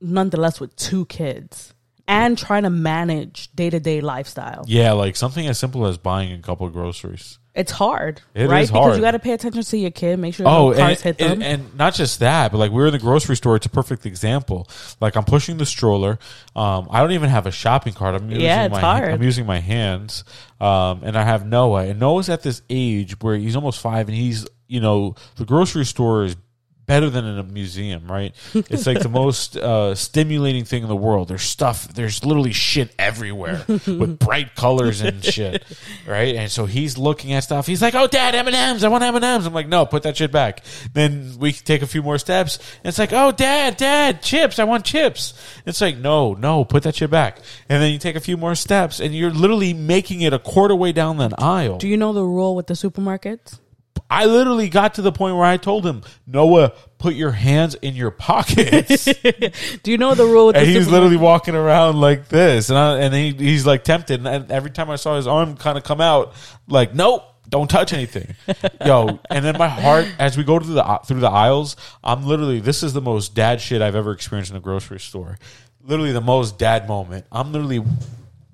S3: nonetheless, with two kids and trying to manage day to day lifestyle.
S2: Yeah, like something as simple as buying a couple of groceries.
S3: It's hard,
S2: It
S3: right?
S2: is
S3: Because
S2: hard.
S3: you got to pay attention to your kid, make sure
S2: Oh,
S3: no cars
S2: and,
S3: hit them.
S2: and, and not just that, but like we were in the grocery store. It's a perfect example. Like I'm pushing the stroller. Um, I don't even have a shopping cart. I'm using
S3: Yeah, it's
S2: my
S3: hard.
S2: I'm using my hands. Um, and I have Noah, and Noah's at this age where he's almost five, and he's you know the grocery store is better than in a museum, right? It's like the most uh, stimulating thing in the world. There's stuff. There's literally shit everywhere with bright colors and shit, right? And so he's looking at stuff. He's like, "Oh, Dad, M and M's. I want M and M's." I'm like, "No, put that shit back." Then we take a few more steps. And it's like, "Oh, Dad, Dad, chips. I want chips." It's like, "No, no, put that shit back." And then you take a few more steps, and you're literally making it a quarter way down the aisle.
S3: Do you know the rule with the supermarkets?
S2: I literally got to the point where I told him, Noah, put your hands in your pockets.
S3: Do you know the rule with the
S2: and he's
S3: supermarkets?
S2: literally walking around like this. And I, and he, he's like tempted. And every time I saw his arm kind of come out, like, nope. Don't touch anything, yo. And then my heart, as we go to the through the aisles, I'm literally. This is the most dad shit I've ever experienced in a grocery store. Literally the most dad moment. I'm literally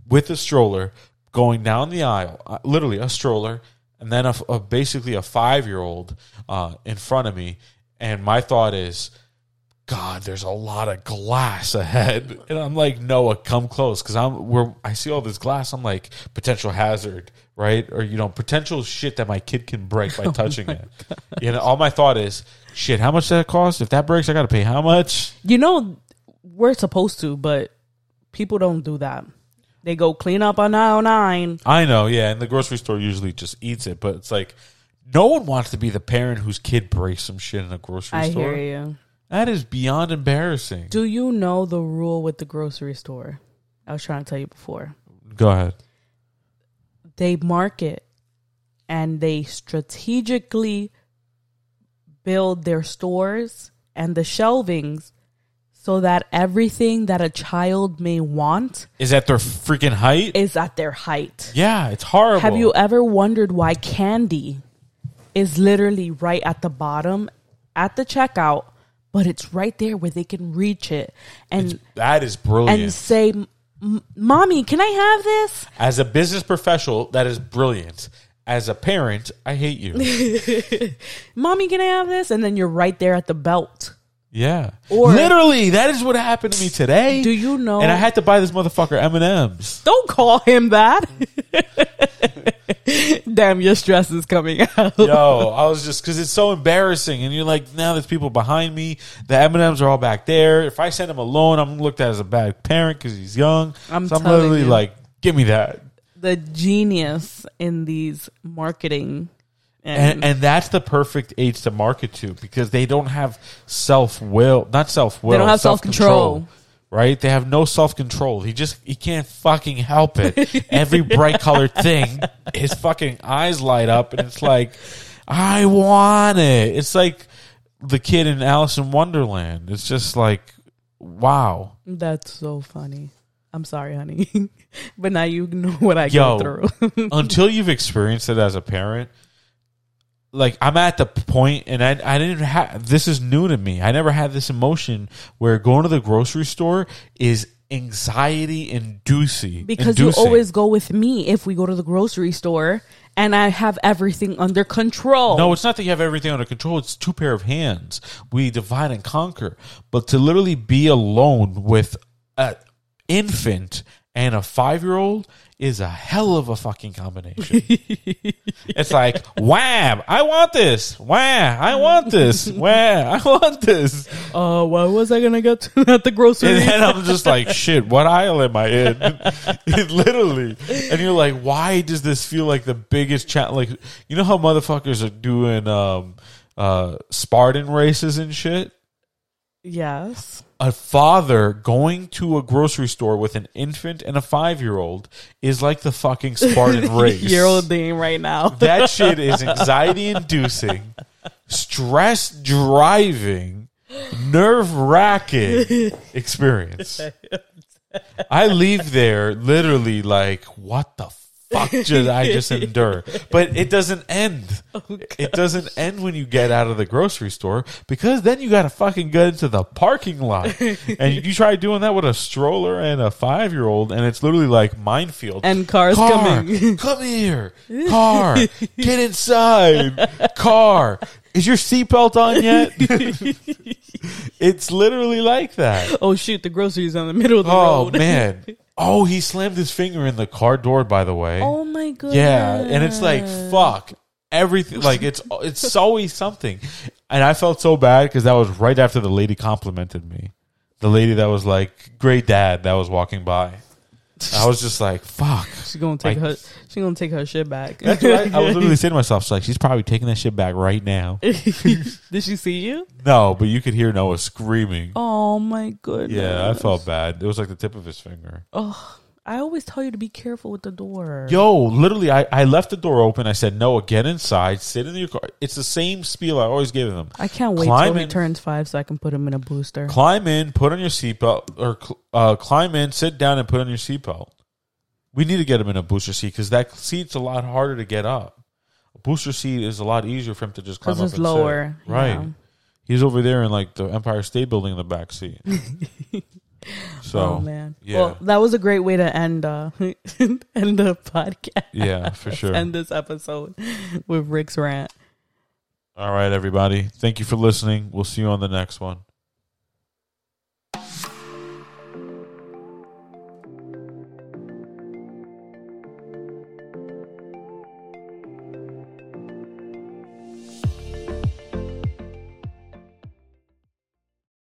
S2: with a stroller going down the aisle, uh, literally a stroller, and then a, f- a- basically a five year old uh, in front of me. And my thought is, God, there's a lot of glass ahead, and I'm like, Noah, come close, because I'm where I see all this glass. I'm like potential hazard, right? Or you know, potential shit that my kid can break by touching it. You know, all my thought is, shit, how much does that cost? If that breaks, I got to pay how much?
S3: You know, we're supposed to, but people don't do that. They go clean up on aisle nine.
S2: I know, yeah. And the grocery store usually just eats it, but it's like no one wants to be the parent whose kid breaks some shit in a grocery
S3: I
S2: store.
S3: hear you.
S2: That is beyond embarrassing.
S3: Do you know the rule with the grocery store? I was trying to tell you before.
S2: Go ahead.
S3: They market and they strategically build their stores and the shelvings so that everything that a child may want
S2: Is that their freaking height?
S3: is at their height.
S2: yeah, it's horrible.
S3: Have you ever wondered why candy is literally right at the bottom at the checkout, but it's right there where they can reach it and
S2: That is brilliant.
S3: and say, "M- "Mommy, can I have this?"
S2: As a business professional, that is brilliant. As a parent, I hate you.
S3: Mommy, can I have this? And then you're right there at the belt.
S2: Yeah,
S3: Or-
S2: literally, that is what happened to me today.
S3: Do you know-
S2: And I had to buy this motherfucker M and M's.
S3: Don't call him that. Damn, your stress is coming out.
S2: Yo, I was just because it's so embarrassing, and you're like, now there's people behind me. The M and M's are all back there. If I send him alone, I'm looked at as a bad parent because he's young.
S3: I'm
S2: so I'm
S3: telling
S2: literally
S3: you.
S2: like, give me that,
S3: The genius in these marketing
S2: and and that's the perfect age to market to because they don't have self will, not self will,
S3: They don't have self-control.
S2: Right? They have no self control. He just he can't fucking help it. Every bright colored thing, his fucking eyes light up, and it's like, I want it. It's like the kid in Alice in Wonderland. It's just like, wow.
S3: That's so funny. I'm sorry, honey, but now you know what I
S2: Yo.
S3: go through.
S2: until you've experienced it as a parent like i'm at the point and i, I didn't have this is new to me i never had this emotion where going to the grocery store is anxiety inducing
S3: because you
S2: inducing.
S3: always go with me if we go to the grocery store, and I have everything under control.
S2: no it's not that you have everything under control it's two pair of hands we divide and conquer but to literally be alone with an infant and a five-year-old is a hell of a fucking combination It's like, wham, I want this. Wham, I want this. Wham, I want this.
S3: Uh, what was I gonna get to at the grocery?
S2: And then I'm just like, shit, what aisle am I in? Literally. And you're like, why does this feel like the biggest chat? Like, you know how motherfuckers are doing um, uh, Spartan races and shit?
S3: yes.
S2: A father going to a grocery store with an infant and a five year old is like the fucking Spartan race.
S3: Year old thing right now.
S2: That shit is anxiety inducing, stress driving, nerve wracking experience. I leave there literally like, what the fuck did I just endure? But it doesn't end. it doesn't end when you get out of the grocery store because then you got to fucking get into the parking lot. and you try doing that with a stroller and a five year old, and it's literally like minefield.
S3: And cars coming.
S2: Come here. Car. Get inside. Car. Is your seatbelt on yet? it's literally like that.
S3: Oh shoot! The groceries on the middle of the
S2: Oh
S3: road.
S2: man. Oh, he slammed his finger in the car door. By the way.
S3: Oh my god.
S2: yeah, and it's like fuck everything. Like it's it's always something, and I felt so bad because that was right after the lady complimented me. The lady that was like great dad that was walking by. I was just like fuck.
S3: She's gonna take
S2: I-
S3: her. She's gonna take her shit back.
S2: That's what I, I was literally saying to myself, she's like she's probably taking that shit back right now.
S3: Did she see you?
S2: No, but you could hear Noah screaming.
S3: Oh my goodness.
S2: Yeah, I felt bad. It was like the tip of his finger.
S3: Oh, I always tell you to be careful with the door.
S2: Yo, literally, I, I left the door open. I said, Noah, get inside, sit in your car. It's the same spiel I always gave them.
S3: I can't wait
S2: Climb
S3: till he
S2: in.
S3: turns five so I can put him in a booster.
S2: Climb in, put on your seatbelt, or cl- uh, climb in, sit down, and put on your seatbelt. We need to get him in a booster seat because that seat's a lot harder to get up. A booster seat is a lot easier for him to just climb up
S3: Because it's
S2: and sit.
S3: lower.
S2: Right.
S3: yeah. Oh,
S2: He's over there in like the Empire State Building in the back seat. so,
S3: Oh man.
S2: yeah,
S3: Well, that was a great way to end uh end the podcast.
S2: yeah, for sure.
S3: End this episode with Rick's rant.
S2: All right, everybody. Thank you for listening. We'll see you on the next one.